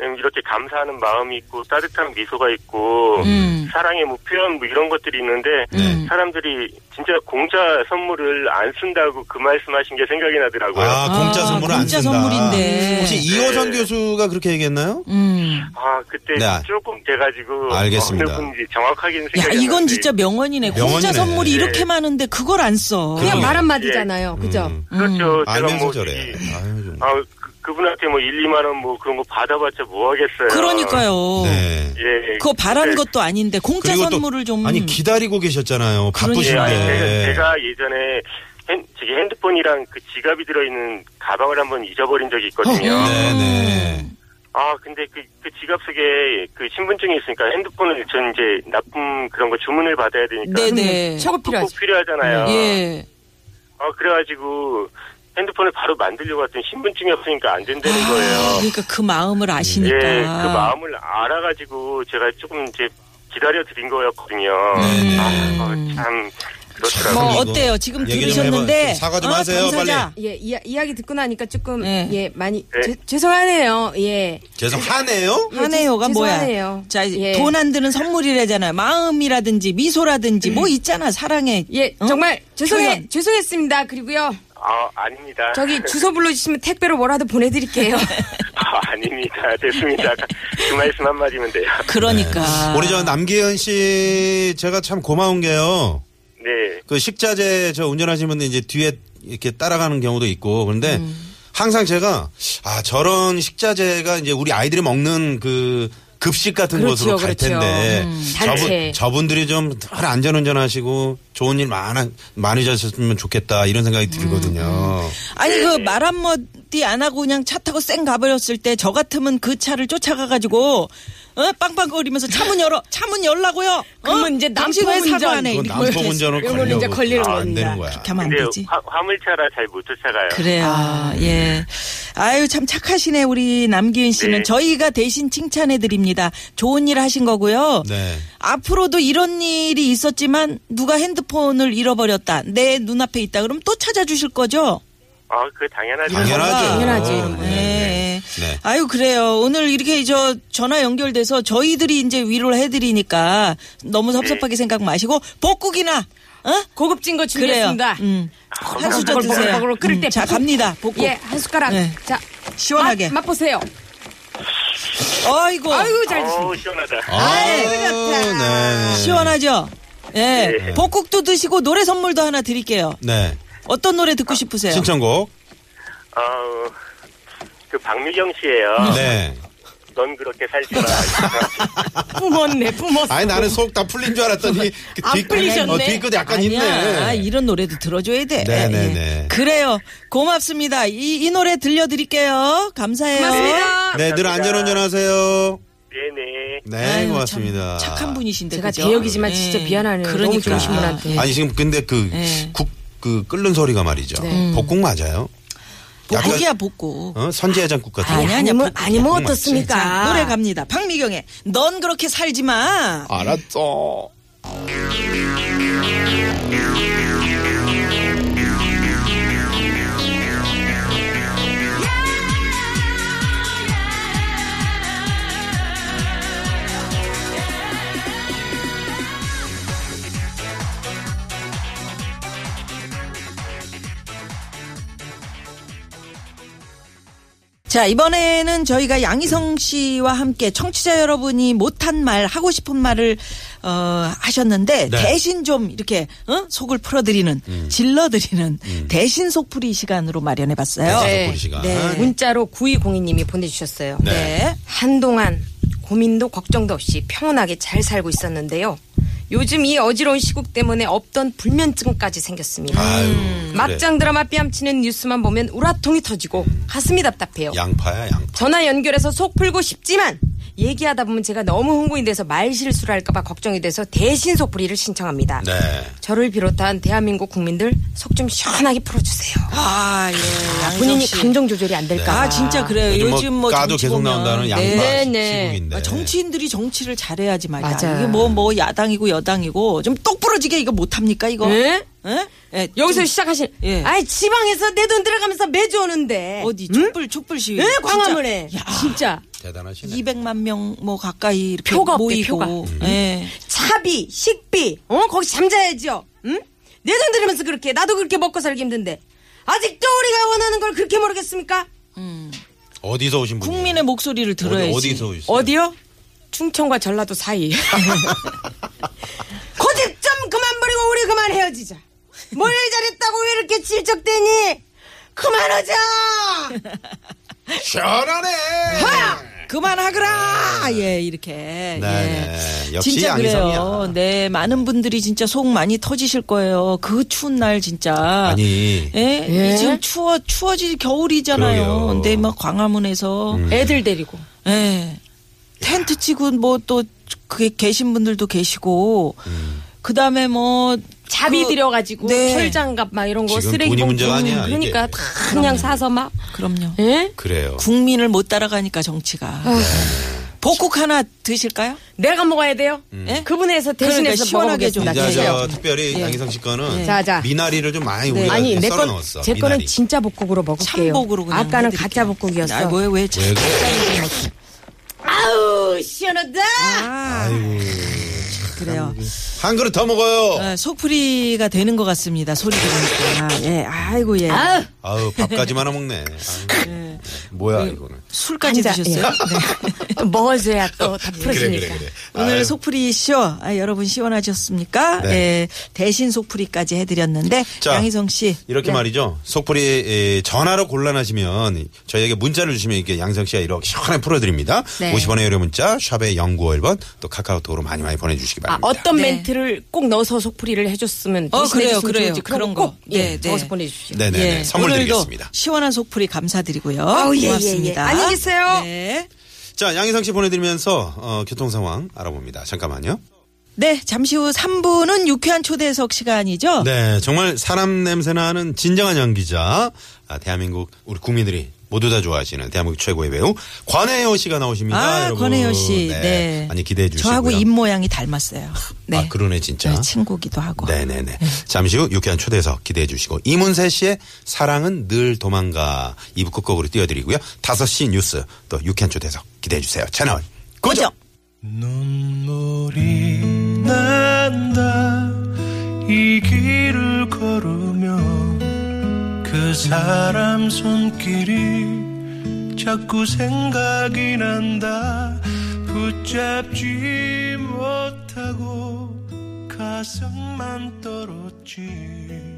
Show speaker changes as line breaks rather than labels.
음, 이렇게 감사하는 마음이 있고, 따뜻한 미소가 있고, 사랑의 뭐 표현 뭐 이런 것들이 있는데,
음. 네.
사람들이 진짜 공짜 선물을 안 쓴다고 그 말씀하신 게 생각이 나더라고요.
아, 공짜 선물은 안
공짜
쓴다.
선물인데. 네.
혹시 이호선 교수가 그렇게 얘기했나요?
음.
아, 그때
네.
조금 돼가지고.
알겠습니다.
어느 분인지 정확하게는
야,
그러니까 생각이 예. 안
이건
나는데.
진짜 명언이네. 공짜
명언이네.
선물이 이렇게 많은데 그걸 안 써.
그냥
그럼요.
말 한마디잖아요. 그죠?
음.
그렇죠. 제가
음. 알면서
뭐
저래.
저기,
아유, 좀.
아, 그, 분한테뭐 1, 2만원 뭐 그런 거 받아봤자 뭐 하겠어요.
그러니까요.
네.
예.
그거 바란
그때-
것도 아닌데 공짜
그리고 또
선물을 좀
아니 기다리고 계셨잖아요.
예, 아니, 제가,
바쁘신데.
제가 예전에 핸, 저기 핸드폰이랑 그 지갑이 들어있는 가방을 한번 잊어버린 적이 있거든요.
네, 네.
음.
아, 근데 그, 그 지갑 속에 그 신분증이 있으니까 핸드폰을 전 이제 납품 그런 거 주문을 받아야 되니까.
네네.
최고
꼭
필요하지.
필요하잖아요.
예.
아, 그래가지고 핸드폰을 바로 만들려고 했더니 신분증이 없으니까 안 된다는 거예요.
그러니까 그 마음을 아시니까. 뭐
예,
그러니까.
그 마음을 알아가지고 제가 조금 이제 기다려 드린 거였거든요.
네.
아, 어, 참 그렇더라고요.
뭐
이거
어때요? 지금
얘기 좀 해봐.
들으셨는데
좀 사과 좀
어,
하세요,
당사자.
예, 이야, 이야기 듣고 나니까 조금
예.
예 많이
예.
죄- 죄송하네요. 예.
계속 화내요?
예,
하네요가
죄-
뭐야?
죄송하네요.
자,
예.
돈 안 드는 선물이라잖아요. 마음이라든지 미소라든지 뭐 있잖아. 사랑의
예,
어?
정말 죄송해
표현.
죄송했습니다. 그리고요
아, 아닙니다.
저기 주소 불러주시면 택배로 뭐라도 보내드릴게요.
아, 아닙니다. 됐습니다. 그 말씀 한마디면 돼요.
그러니까.
네. 우리 저 남기현 씨 제가 참 고마운 게요.
네.
그 식자재 저 운전하시는 분들 이제 뒤에 이렇게 따라가는 경우도 있고 그런데
음.
항상 제가 아 저런 식자재가 이제 우리 아이들이 먹는 그 급식 같은
그렇죠,
곳으로 갈
그렇죠.
텐데
음, 단체.
저분, 저분들이 좀 늘 안전운전하시고 좋은 일 많아 많이 하셨으면 좋겠다 이런
음,
생각이 들거든요.
아니 그 말 한마디 안 하고 그냥 차 타고 쌩 가버렸을 때 저 같으면 그 차를 쫓아가가지고 어? 빵빵거리면서 차 문 열어. 차 문 열라고요.
그러면 이제
당신 왜
남포 운전.
사과하네.
그건
이렇게
남포
이걸 이렇게
운전으로
이걸로 이제 걸리는
아, 안
겁니다.
되는 거야.
이렇게 하면 안
근데
되지.
화, 화물차라 잘 못 쫓아가요.
그래요. 예. 아유 참 착하시네 우리 남기은 씨는
네.
저희가 대신 칭찬해 드립니다. 좋은 일 하신 거고요.
네.
앞으로도 이런 일이 있었지만 누가 핸드폰을 잃어버렸다. 내 눈앞에 있다. 그럼 또 찾아주실 거죠?
아, 그 당연하죠.
당연하죠.
아, 당연하지.
네.
예.
네.
아유 그래요. 오늘 이렇게 저 전화 연결돼서 저희들이 이제 위로를 해드리니까 너무 섭섭하게 생각 마시고 복국이나 어?
고급진 거 준비했습니다.
그래요. 음. 한 수저
바글바글
드세요.
바글바글 끓일 때
음, 자
바삭.
갑니다. 복국.
예, 한 숟가락.
네.
자,
시원하게. 어.
맛, 맛보세요.
아이고.
아이고, 잘 드시네.
어우, 시원하다.
아유, 네.
시원하죠. 예.
네.
복국도 드시고 노래 선물도 하나 드릴게요.
네.
어떤 노래 듣고 싶으세요?
신청곡.
어, 그 박미경 씨예요.
네.
넌 그렇게 살지 마.
뿜었네, 뿜었어.
아니 나는 속 다 풀린 줄 알았더니 그
안
뒤끝-
풀리셨네.
어, 뒤끝 약간
아니야.
있네.
이런 노래도 들어줘야 돼.
네네네.
예. 그래요. 고맙습니다. 이, 이 노래 들려드릴게요. 감사해요.
고맙습니다.
네, 늘 안전운전 하세요.
네네.
네,
아유, 참
고맙습니다.
착한 분이신데
제가
그죠?
대역이지만
예.
진짜 미안하네요. 너무
그러니까.
좋으신 분한테.
아니 지금 근데 그
네.
국 그 끓는 소리가 말이죠. 음. 복국 맞아요? 약간-
복국이야 복국.
어? 선지해장국 같은
아니,
거.
아니야,
뭐,
복국.
아니, 뭐
맞지?
어떻습니까?
자, 음, 노래 갑니다. 박미경의 넌 그렇게 살지 마.
알았어.
자, 이번에는 저희가 양희성 씨와 함께 청취자 여러분이 못한 말, 하고 싶은 말을, 어, 하셨는데,
네. 음.
대신 좀 이렇게, 어? 속을 풀어드리는, 질러드리는, 대신 속풀이 시간으로 마련해 봤어요.
네. 덕분이 시간.
네. 문자로 9202님이 보내주셨어요.
네.
한동안 고민도 걱정도 없이 평온하게 잘 살고 있었는데요. 요즘 이 어지러운 시국 때문에 없던 불면증까지 생겼습니다. 음.
아유, 그래.
막장 드라마 뺨치는 뉴스만 보면 우라통이 터지고 가슴이 답답해요.
양파야 양파.
전화 연결해서 속 풀고 싶지만 얘기하다 보면 제가 너무 흥분이 돼서 말 실수를 할까봐 걱정이 돼서 대신 속풀이를 신청합니다.
네.
저를 비롯한 대한민국 국민들 속 좀 시원하게 풀어주세요.
아, 예. 양희성
본인이
씨.
감정 조절이 안 될까?
아, 진짜 그래요. 요즘, 뭐.
까도
정치
계속
보면.
나온다는 양파
네.
네,
시-
네.
시국인데.
아, 정치인들이 정치를 잘해야지 말이야.
맞아요.
이게 뭐, 뭐, 야당이고 여당이고. 좀 똑부러지게 이거 못합니까, 이거?
예?
예? 예,
여기서
좀-
시작하신.
예.
아이 지방에서 내 돈 들어가면서 매주 오는데.
어디 촛불 촛불 시위.
예,
진짜.
광화문에.
야,
진짜.
대단하시네.
200만 명 뭐 가까이 이렇게
표가 없대,
모이고.
표가.
예.
차비, 식비, 어 거기 잠자야죠. 응? 내 돈 들으면서 그렇게 나도 그렇게 먹고 살기 힘든데 아직도 우리가 원하는 걸 그렇게 모르겠습니까?
어디서 오신 분이에요?
국민의 목소리를 들어야지.
어디, 어디서 오셨어요?
어디요? 충청과 전라도 사이. 고집 좀 그만 부리고 우리 그만 헤어지자. 뭘 잘했다고 왜 이렇게 질척대니? 그만하자.
시원하네.
그만하거라. 어, 예, 이렇게.
아. 네,
예.
네. 역시
진짜
양희성이야.
그래요. 네, 많은 분들이 진짜 속 많이 터지실 거예요. 그 추운 날 진짜.
아니.
예? 이 지금 추워 추워지 겨울이잖아요.
그러게요. 음.
근데 막 광화문에서
애들 데리고.
예. 텐트 치고 뭐 또 그게 계신 분들도 계시고 그다음에 뭐
자비
그-
들여가지고
네.
털장갑 막 이런 거
지금
쓰레기
돈이 문제가 아니야,
그러니까
이게.
다 그냥 사서 막
그럼요.
예?
그래요.
국민을 못 따라가니까 정치가
아. 네.
복국 하나 드실까요?
내가 먹어야 돼요.
예?
그분에서
그러니까
대신해서
시원하게 좀
먹어보겠습니다.
음. 자,
드세요.
저 특별히 양희성 씨 거는
예. 자, 자.
미나리를 좀 많이
네.
우리가
아니 내
썰어
건
넣었어.
제 거는
미나리.
진짜 볶국으로 먹을게요.
참복으로 그냥
아까는
해드릴게요.
가짜 볶국이었어.
아, 왜, 왜, 참-
왜 그래?
아우 시원하다.
아, 그래요.
한 그릇 더 먹어요.
네.
어, 속풀이가 되는 것 같습니다. 소리 들으니까. 예, 아이고, 예.
아우 밥까지 말아 먹네. 아유, 뭐야
음,
이거는.
술까지
한 잔,
드셨어요? 네.
네.
또 먹어줘야
아,
또 다
그래
풀어지니까.
그래 그래.
오늘
아유,
속풀이 쇼, 아, 여러분 시원하셨습니까?
네.
예, 대신 속풀이까지 해드렸는데,
자.
양희성 씨,
네.
이렇게 말이죠. 속풀이 에, 전화로 곤란하시면 저희에게 문자를 주시면 이렇게 양성 씨가 이렇게 시원하게 풀어드립니다.
네.
50원의 유료 문자 샵의 0951번 또 카카오톡으로 많이 많이 보내주시기
아,
바랍니다.
어떤
네.
멘트를 꼭 넣어서 속풀이를 해줬으면
어,
대신해
그래요,
줬으면
그래요.
좋을지 그런
그런
거. 꼭
거.
예,
네,
적어서
네.
보내주십시오.
네네네
예,
선물
오늘도
드리겠습니다.
시원한 속풀이 감사드리고요.
아우, 예, 예, 예.
고맙습니다.
안녕히 계세요.
네.
자, 양희성 씨 보내드리면서 어, 교통 상황 알아봅니다. 잠깐만요.
네, 잠시 후 3부는 유쾌한 초대석 시간이죠.
네, 정말 사람 냄새 나는 진정한 연기자. 아, 대한민국 우리 국민들이 모두 다 좋아하시는 대한민국 최고의 배우 권혜영 씨가 나오십니다.
아,
여러분.
권혜연 씨. 네.
많이 기대해 주시고요.
저하고 입 모양이 닮았어요. 네.
아, 그러네 진짜.
저희 친구기도 하고.
네네네. 잠시 후 유쾌한 초대석 기대해 주시고 이문세 씨의 사랑은 늘 도망가 2부 끝곡으로 띄워드리고요. 5시 뉴스 또 유쾌한 초대석 기대해 주세요. 채널 고정.
눈물이 난다 이 길을 걸으며 그 사람 손길이 자꾸 생각이 난다 붙잡지 못하고 가슴만 떨었지